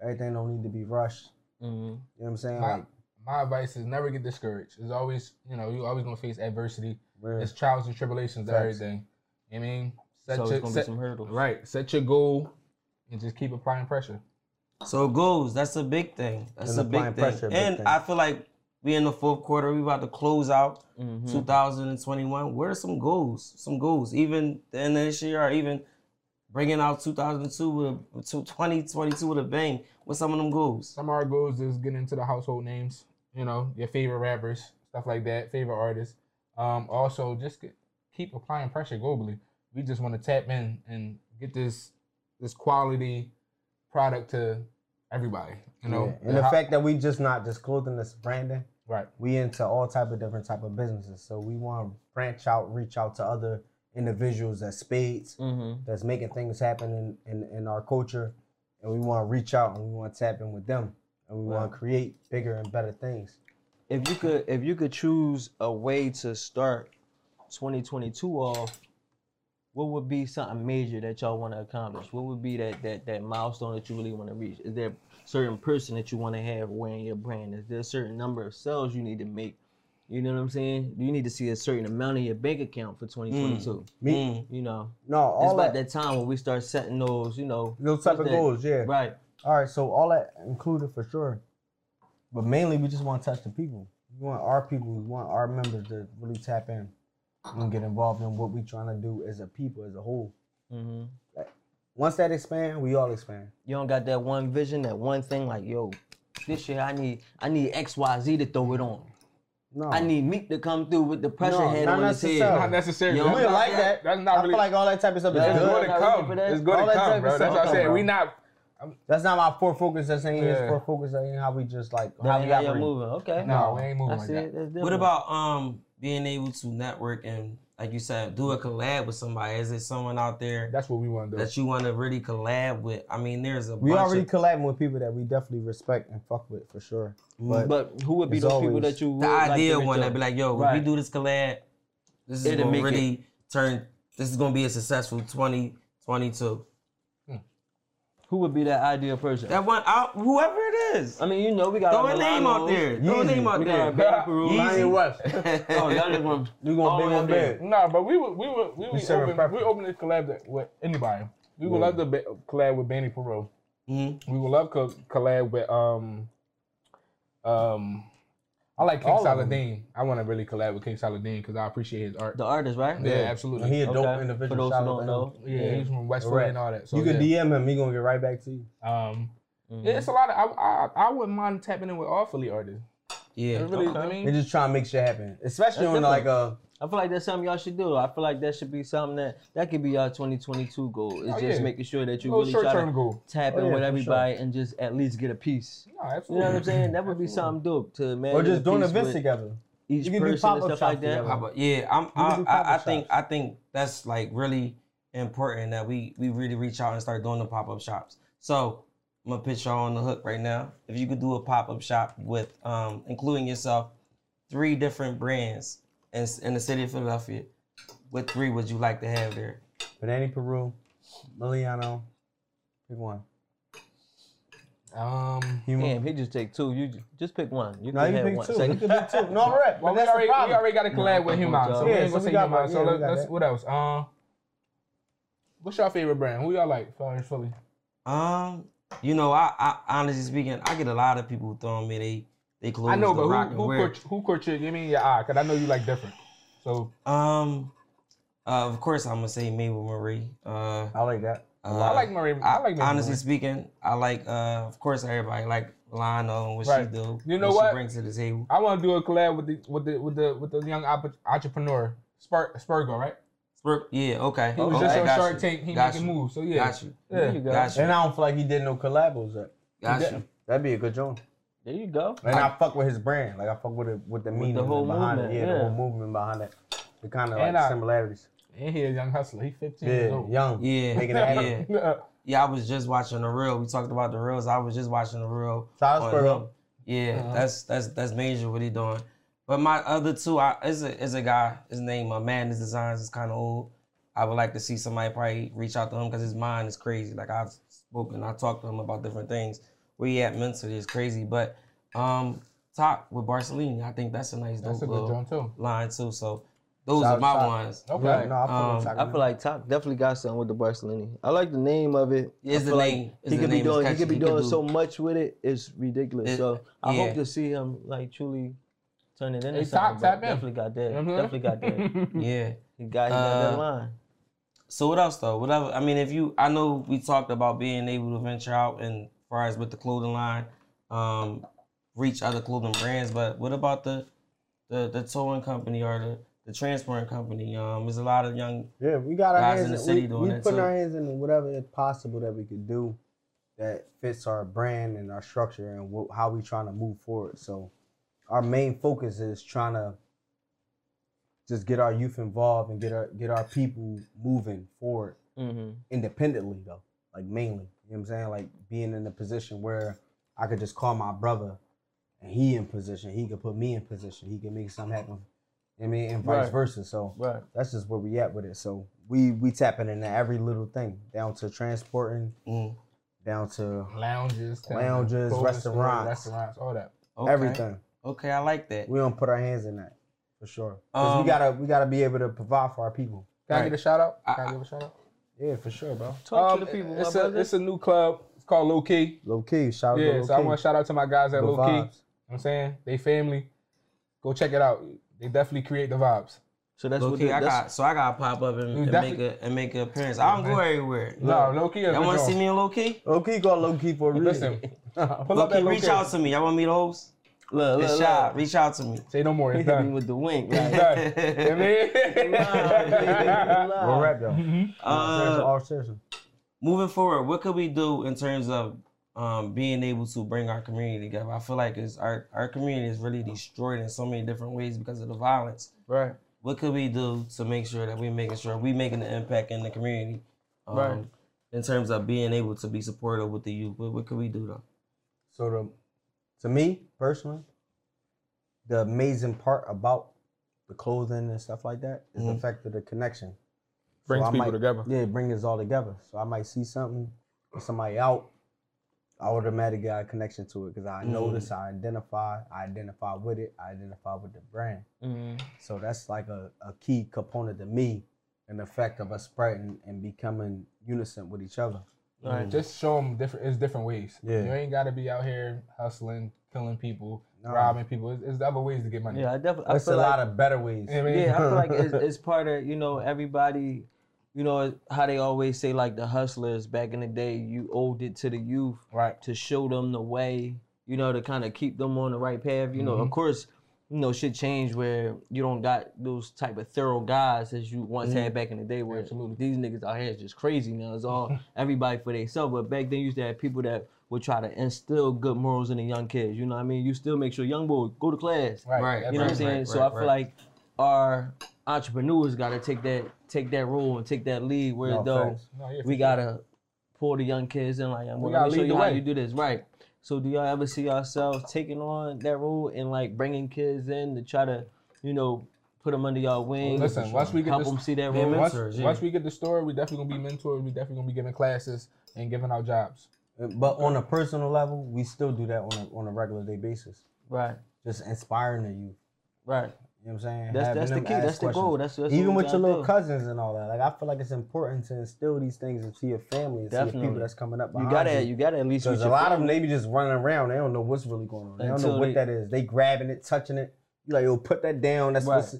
S5: Everything don't need to be rushed.
S6: Mm-hmm.
S5: You know what I'm saying?
S6: My,
S5: Like,
S6: my advice is never get discouraged. It's always, you know, you always gonna face adversity.
S5: real.
S6: It's trials and tribulations to
S5: Facts.
S6: everything. You know what I mean? Set
S7: So it's
S6: your-
S7: gonna be
S6: set-
S7: some hurdles.
S6: Right. Set your goal and just keep applying pressure.
S7: So goals, that's a big thing. That's
S5: And
S7: a big
S5: applying
S7: thing.
S5: pressure, a big
S7: and
S5: thing.
S7: I feel like we in the fourth quarter, we about to close out 2021. What are some goals? Some goals, even the end of this year, or even bringing out 2002 with a, to 2022 with a bang. What's some of them goals?
S6: Some of our goals is get into the household names, you know, your favorite rappers, stuff like that, favorite artists. Um, also, just get, keep applying pressure globally. We just want to tap in and get this this quality product to everybody. You know,
S5: Yeah. And the fact that we just not just clothing, this branding.
S6: right?
S5: we into all type of different type of businesses. So we want to branch out, reach out to other individuals that spades, that's making things happen in, in, in our culture. And we want to reach out and we want to tap in with them. And we want to create bigger and better things.
S4: If you could, if you could choose a way to start 2022 off, what would be something major that y'all want to accomplish? What would be that that that milestone that you really want to reach? Is there a certain person that you want to have wearing your brand? Is there a certain number of sales you need to make? You know what I'm saying? You need to see a certain amount in your bank account for 2022.
S5: Me,
S4: You know,
S5: no,
S4: Mm. it's
S5: Mm. all
S4: about that
S5: that,
S4: time when we start setting those. You know,
S5: those type of
S4: that-
S5: goals, yeah.
S4: Right.
S5: All right, so all that included for sure. But mainly, we just want to touch the people. We want our people, we want our members to really tap in and get involved in what we're trying to do as a people, as a whole.
S4: hmm
S5: Once that expand, we all expand.
S4: You don't got that one vision, that one thing. Like, yo, this year I need I need X Y Z to throw it on.
S5: No,
S4: I need Meek to come through with the pressure
S5: No,
S4: head
S5: not
S4: on his
S5: necessarily.
S4: head.
S6: Not necessarily.
S4: Yo,
S6: That's
S5: we
S6: not-
S5: like that.
S6: That's not
S5: I
S6: really.
S5: feel like all that type of stuff is
S4: That's
S6: it's
S5: good.
S6: going to
S4: Not looking for
S6: come.
S4: that.
S6: It's going
S5: All
S6: to
S5: that
S6: come,
S5: type
S6: bro.
S5: of
S6: That's
S5: stuff
S6: what I
S5: come,
S6: said.
S5: bro.
S6: We not.
S5: That's not my core focus. That's ain't his
S6: Yeah.
S5: core focus. That ain't how we just like
S4: That
S5: how
S4: ain't
S5: we
S4: how y'all
S5: operate.
S4: moving. Okay.
S6: No, we ain't moving
S4: That's
S6: like
S4: it.
S6: that.
S4: That's
S7: What
S4: different.
S7: about um being able to network and like you said, do a collab with somebody? Is there someone out there
S6: That's what we want to do.
S7: that you want to really collab with? I mean, there's a
S5: We
S7: bunch
S5: already
S7: of,
S5: collabing with people that we definitely respect and fuck with for sure. But,
S4: But who would be
S5: It's
S4: those people
S5: always-
S4: that you would
S7: the
S4: like to
S7: ideal
S4: reach
S7: one
S4: out?
S7: that be like, yo,
S4: Right.
S7: if we do this collab, this is
S4: It'll
S7: gonna
S4: make it-
S7: really turn. This is gonna be a successful 2022.
S4: who would be that ideal person?
S7: That one out, whoever it is,
S4: I mean, you know, we got
S7: throw
S4: our
S7: a name out
S4: Milanos.
S7: there. Throw a
S5: Yeezy.
S7: name out
S4: We got our
S7: there.
S4: Baby
S6: [LAUGHS]
S4: Peru.
S5: Kanye West,
S7: [LAUGHS]
S4: Oh, y'all just want
S5: we
S6: Oh,
S5: going big on big.
S6: No, but we would we would we would
S5: serving
S6: open we open to collab that- with anybody. We would love to be, collab with Benny Perot.
S7: Mhm.
S6: We would love to collab with um um
S5: I like
S6: King
S5: all of them.
S6: Saladin. I want to really collab with King Saladin because I appreciate his art.
S4: the artist, right?
S6: yeah,
S5: And He
S6: absolutely.
S5: a dope
S4: Okay.
S5: individual.
S4: For those
S5: shout
S4: who don't
S5: out to him.
S4: know,
S6: yeah, he's from Westwood
S5: Right.
S6: and all that. So
S5: you can
S6: yeah.
S5: DM him. He gonna get right back to you.
S6: um,
S4: Mm-hmm.
S6: yeah, it's a lot of I, I I wouldn't mind tapping in with all Philly artists.
S7: yeah.
S6: It really, I mean,
S5: They just trying to make shit happen, especially
S4: That's different.
S5: on like uh, a
S4: I feel like that's something y'all should do. I feel like that should be something that that could be your 2022 goal. It's
S6: Oh,
S4: just
S6: yeah.
S4: making sure that you
S6: Little
S4: really try
S6: short-term
S4: to
S6: goal.
S4: tap
S5: Oh,
S4: in
S5: yeah,
S4: with
S5: for
S4: everybody and just at least get a piece.
S6: no,
S4: You know
S6: absolutely.
S4: what I'm saying? That would be something dope to man.
S5: or just doing events together.
S4: Each
S5: You can do
S4: person and
S5: pop-up
S4: stuff like
S5: shops
S4: that.
S5: together.
S7: Pop up. Yeah, I'm.
S5: do
S7: I,
S5: pop-up
S7: I, I think.
S5: shops.
S7: I think that's like really important that we we really reach out and start doing the pop up shops. So I'm gonna put y'all on the hook right now. If you could do a pop up shop with um including yourself, three different brands in s- in the city of Philadelphia, what three would you like to have there?
S5: Banani Peru, Miliano, pick one.
S6: Um,
S5: Human.
S4: Damn, he just take two. You ju- just pick one. You
S5: No,
S4: can
S5: Mm-hmm. you
S4: have
S5: pick
S4: one.
S5: two.
S4: Say-
S5: You can pick two. No,
S6: [LAUGHS]
S5: I'm
S6: Well,
S5: right. But
S6: we
S5: that's the
S6: already, we
S5: problem.
S6: already got a collab with
S4: fuck with
S6: Human, so
S4: y'all.
S6: we
S5: Yeah,
S6: ain't
S5: so
S6: gonna
S5: we
S6: say
S5: got
S6: Human.
S5: that.
S6: So
S5: Yeah, we
S6: let,
S5: got
S6: us
S5: that.
S6: what else? Um, what's your favorite brand? Who y'all like? Far as Philly.
S7: Um, you know, I, I honestly speaking, I get a lot of people throwing me they they clothes.
S6: I know,
S7: the
S6: but
S7: rock
S6: who
S7: and
S6: who
S7: wear.
S6: caught, who caught your? Give me your eye, cause I know you like different. So
S7: Um, uh, of course I'm gonna say Mabel Marie. Uh.
S5: I like that.
S7: Uh,
S6: Oh, I like Marie. I, like Marie.
S7: honestly speaking, I like uh of course everybody like Lionel and what
S6: Right.
S7: she do.
S6: You know
S7: what,
S6: what?
S7: she brings to the table.
S6: I want to do a collab with the with the with the with the young op- entrepreneur Spur, Spurgo, right?
S7: Spur- yeah, okay.
S6: He was
S7: okay,
S6: just on
S7: got
S6: Shark
S7: you,
S6: Tank. He
S7: got
S6: making
S7: you,
S6: moves. So yeah,
S7: Got you.
S6: yeah.
S4: you go.
S7: Got you.
S5: And I don't feel like he did no collabos. That
S7: Got you.
S5: that'd be a good job.
S4: There you go.
S5: And I, fuck with his brand. Like I fuck with it with the meaning
S4: whole
S5: behind
S4: movement,
S5: it. Yeah,
S4: yeah.
S5: the whole movement behind it. The kind of
S6: And
S5: like
S6: I-
S5: similarities.
S6: And he a young hustler. He 15 years
S5: Yeah,
S6: old.
S5: young.
S7: Yeah,
S5: Making it happen.
S7: yeah, yeah. I was just watching the reel. We talked about the reels. I was just watching the reel.
S5: Tyler
S7: on
S5: Squirrel.
S7: him. Yeah,
S4: Uh-huh.
S7: that's that's that's major what he doing. But my other two, I is a is a guy. His name, uh, Madness Designs, is kind of old. I would like to see somebody probably reach out to him because his mind is crazy. Like I've spoken, I talked to him about different things. Where he at mentally is crazy. But um, top with Barcelona, I think that's a
S6: [LAUGHS]
S7: nice
S6: That's a
S7: dope
S6: good
S7: little
S6: joint too.
S7: line too. So those
S5: Shout
S7: are
S5: out
S7: my
S5: Top.
S7: ones.
S6: Okay.
S5: Yeah, no, I fuck with
S7: Um,
S4: I
S5: Sacramento.
S4: feel like Top definitely got something with the Barcelona. I like the name of it.
S7: It's
S4: I
S7: the
S4: feel like
S7: name. It's
S4: He
S7: the
S4: could be
S7: name. It's
S4: doing. He
S7: catchy.
S4: could be
S7: He could
S4: doing
S7: do-
S4: so much with it. It's ridiculous.
S7: It-
S4: so I
S7: yeah.
S4: hope to see him like truly turn it into
S6: Hey,
S4: something.
S6: Top,
S4: but
S6: tap in.
S4: definitely got that.
S6: You
S5: Mm-hmm.
S6: know what I'm
S4: Definitely
S6: saying?
S4: got
S5: [LAUGHS]
S4: that.
S7: Yeah.
S4: He got, he got
S7: Uh,
S4: that line.
S7: So what else though? Whatever. I mean, if you, I know we talked about being able to venture out and far as with the clothing line, um, reach other clothing brands. But what about the, the the towing company or the the transport company? Um, there's a lot of young.
S5: Yeah, we got our hands
S7: Guys in
S5: in
S7: the city
S5: we,
S7: doing
S5: we
S7: that
S5: putting
S7: too.
S5: our hands in whatever is possible that we could do that fits our brand and our structure and wh- how we trying to move forward. So our main focus is trying to just get our youth involved and get our get our people moving forward
S4: Mm-hmm.
S5: independently though, like mainly. You know what I'm saying? Like being in a position where I could just call my brother and he in position, he could put me in position, he could make something happen. I mean, and vice
S4: Right.
S5: versa. So
S4: Right.
S5: that's just where we at with it. So we we tapping into every little thing, down to transporting,
S7: Mm,
S5: down to
S6: Lounges, tennis, clothing
S5: Lounges,
S6: stores,
S5: restaurants.
S6: restaurants, all that.
S7: okay.
S5: everything.
S7: Okay, I like that.
S5: We don't put our hands in that for sure. 'Cause
S7: Um,
S5: we gotta we gotta be able to provide for our people.
S6: Can I
S7: Right.
S6: get a shout out?
S7: I-
S6: Can I, give a shout out?
S5: Yeah, for sure, bro.
S4: Talk
S6: Um,
S4: to the people. my
S6: It's a
S4: brother.
S6: it's a new club. It's called Low Key.
S5: Low Oh, key, shout out
S6: Yeah,
S5: to Low
S6: so I want to shout out to my guys at
S5: The
S6: Low Key. You know
S5: vibes.
S6: what I'm saying they family. Go check it out. They definitely create the vibes.
S4: so that's what
S7: Okay,
S4: the,
S7: I
S4: that's,
S7: got so I gotta pop up and, and make
S6: definitely-
S7: a and make an appearance. I don't go everywhere.
S6: No, Low Key.
S7: Y'all want to see me in low key?
S5: Low key called low key for a reason.
S6: Listen, pull
S7: Low
S6: up
S7: key,
S6: that Low
S7: reach
S6: Key.
S7: out to me. Y'all want me to host?
S4: Look,
S7: It's
S4: look,
S7: shy.
S4: look.
S7: Reach out to me.
S6: Say no more.
S7: [LAUGHS]
S6: It's
S4: Hit me
S6: done.
S4: with the wink. Like,
S6: It's done. You know what [LAUGHS] I mean?
S5: [LAUGHS] We'll rap though.
S7: Uh,
S5: all seriously.
S7: moving forward, what could we do in terms of um, being able to bring our community together? I feel like it's our our community is really destroyed in so many different ways because of the violence.
S4: right.
S7: What could we do to make sure that we're making sure we're making an impact in the community? Um,
S4: Right.
S7: In terms of being able to be supportive with the youth, what, what could we do though?
S5: So the, to me personally, the amazing part about the clothing and stuff like that is
S4: Mm-hmm.
S5: the fact of the connection. So
S6: Brings
S5: I
S6: people
S5: might-
S6: together.
S4: Uh-huh.
S5: Yeah, it brings us all together. So I might see something, somebody out, I automatically got a connection to it because
S4: Mm-hmm.
S5: I notice, I identify, I identify with it, I identify with the brand.
S4: Mm.
S5: So that's like a, a key component to me, and the fact of us spreading and becoming unison with each other.
S6: Right. Just show them different. It's different ways.
S5: Yeah.
S6: You ain't got to be out here hustling, killing people, robbing people. It's, it's the other ways to get money.
S4: Yeah, I definitely. I
S5: That's
S4: feel
S5: a
S4: like,
S5: lot of better ways.
S6: You know what I mean?
S4: yeah,
S6: [LAUGHS]
S4: I feel
S5: [LAUGHS]
S4: like it's, it's part of you know everybody, you know how they always say like the hustlers back in the day. You owed it to the youth
S6: Right.
S4: to show them the way, you know, to kind of keep them on the right path. You know, of course, you know shit changed where you don't got those type of thorough guys as you once had back in the day. Where these niggas out here is just crazy now. It's all everybody for themselves. But back then, you used to have people that would try to instill good morals in the young kids. You know what I mean? You still make sure young boy go to class.
S6: Right.
S7: Right,
S6: That's
S4: You know what I'm
S7: Right,
S4: saying?
S7: right,
S4: so
S7: right,
S4: I feel
S7: right.
S4: like our entrepreneurs got to take that take that role and take that lead. Where
S5: No,
S4: though
S5: facts.
S6: No, yeah, for
S4: we
S6: sure.
S4: gotta pull the young kids in, like we
S6: gotta
S4: gotta show
S6: lead
S4: you
S6: the
S4: how
S6: way.
S4: you do this, right? So do y'all ever see yourselves taking on that role and like bringing kids in to try to, you know, put them under y'all wing?
S6: Listen, once we get
S4: help
S6: this-
S4: them see that
S7: Yeah,
S4: role.
S7: man.
S6: Once,
S7: Mentors, yeah.
S6: once we get the store, we definitely gonna be mentors. We definitely gonna be giving classes and giving out jobs.
S5: But on a personal level, we still do that on a, on a regular day basis.
S4: Right,
S5: Just inspiring the youth.
S4: right.
S5: You know what I'm saying?
S4: That's- that's the
S5: them
S4: key.
S5: ask
S4: That's the
S5: questions.
S4: goal. That's- that's what
S5: Even
S4: we
S5: with your
S4: gotta
S5: little
S4: do.
S5: cousins and all that. Like, I feel like it's important to instill these things into your family and to your people
S4: Definitely.
S5: that's coming up
S4: You
S5: behind
S4: gotta, you gotta at least.
S5: Because
S4: reach
S5: a
S4: your
S5: lot of them, they be just running around. They don't know what's really going on. They don't know
S4: Until
S5: what
S4: they-
S5: that is. They grabbing it, touching it. You like, yo, put that down. That's
S4: Right.
S5: what's, you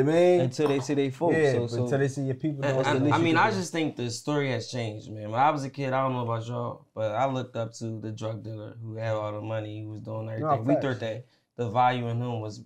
S5: know what I mean?
S4: until they see they folks.
S5: yeah,
S4: so,
S5: but
S4: so
S5: until they see your people doing
S7: I,
S5: the least
S7: I
S5: you
S7: mean,
S5: can
S7: I
S5: do.
S7: just think the story has changed, man. When I was a kid, I don't know about y'all, but I looked up to the drug dealer who had all the money, who was doing everything. we
S5: facts.
S7: thought that the value in him was,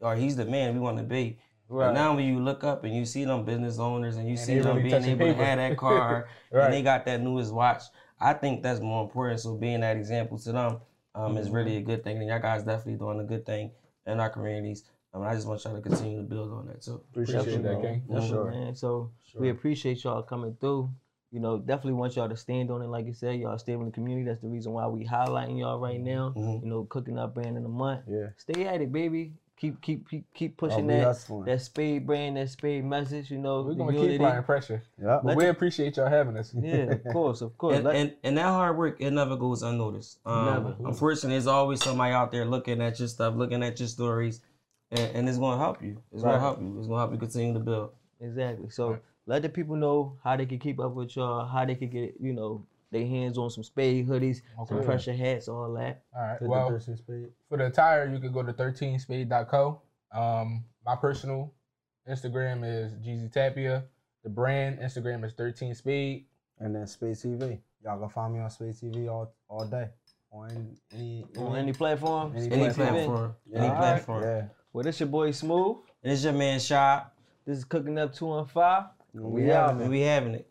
S7: or he's the man we want to be. But now when you look up and you see them business owners and you see
S6: they
S7: them
S6: really
S7: being
S6: touching
S7: able to
S6: paper.
S7: have that car
S6: Right.
S7: and they got that newest watch, I think that's more important. So being that example to them um, is really a good thing. And y'all guys definitely doing a good thing in our communities. Um, and I just want y'all to continue to build on that too.
S6: Appreciate that, King.
S4: Yeah,
S5: Sure.
S4: man. So we appreciate y'all coming through. You know, definitely want y'all to stand on it. Like you said, y'all stay in the community. That's the reason why we highlighting y'all right now. You know, cooking up brand in a month.
S5: Yeah. Oh,
S4: Stay at it, baby. Keep keep keep, keep pushing
S5: we
S4: that
S5: hustling.
S4: that spade brand, that spade message. You know,
S6: We're
S4: the
S6: gonna
S4: unity.
S6: keep applying pressure.
S5: Yep.
S6: But we appreciate y'all having us.
S4: [LAUGHS] Yeah, of course, of course.
S7: And,
S4: Let-
S7: and and that hard work it never goes unnoticed. Um,
S4: Never.
S7: Unfortunately, there's always somebody out there looking at your stuff, looking at your stories, and, and it's gonna help you. It's gonna help you. It's gonna help you continue to build.
S4: Exactly. So let the people know how they can keep up with y'all, how they can get, you know, their hands on some spade hoodies, some
S6: Okay.
S4: pressure hats, all that.
S6: All right. Well, for the attire, you could go to 13spade.co. Um, my personal Instagram is GZ Tapia. The brand Instagram is 13spade.
S5: And then Space TV. Y'all gonna find me on Space TV all, all day. On any,
S4: On any platform,
S5: Mm-hmm. Any
S7: Any
S4: Spade TV.
S7: platform. Any
S5: Alright.
S7: platform.
S5: Yeah.
S4: Well, this your boy Smooth.
S7: And it's your man Shop.
S4: This is Cooking Up 2 and 5.
S5: We out.
S7: We having it.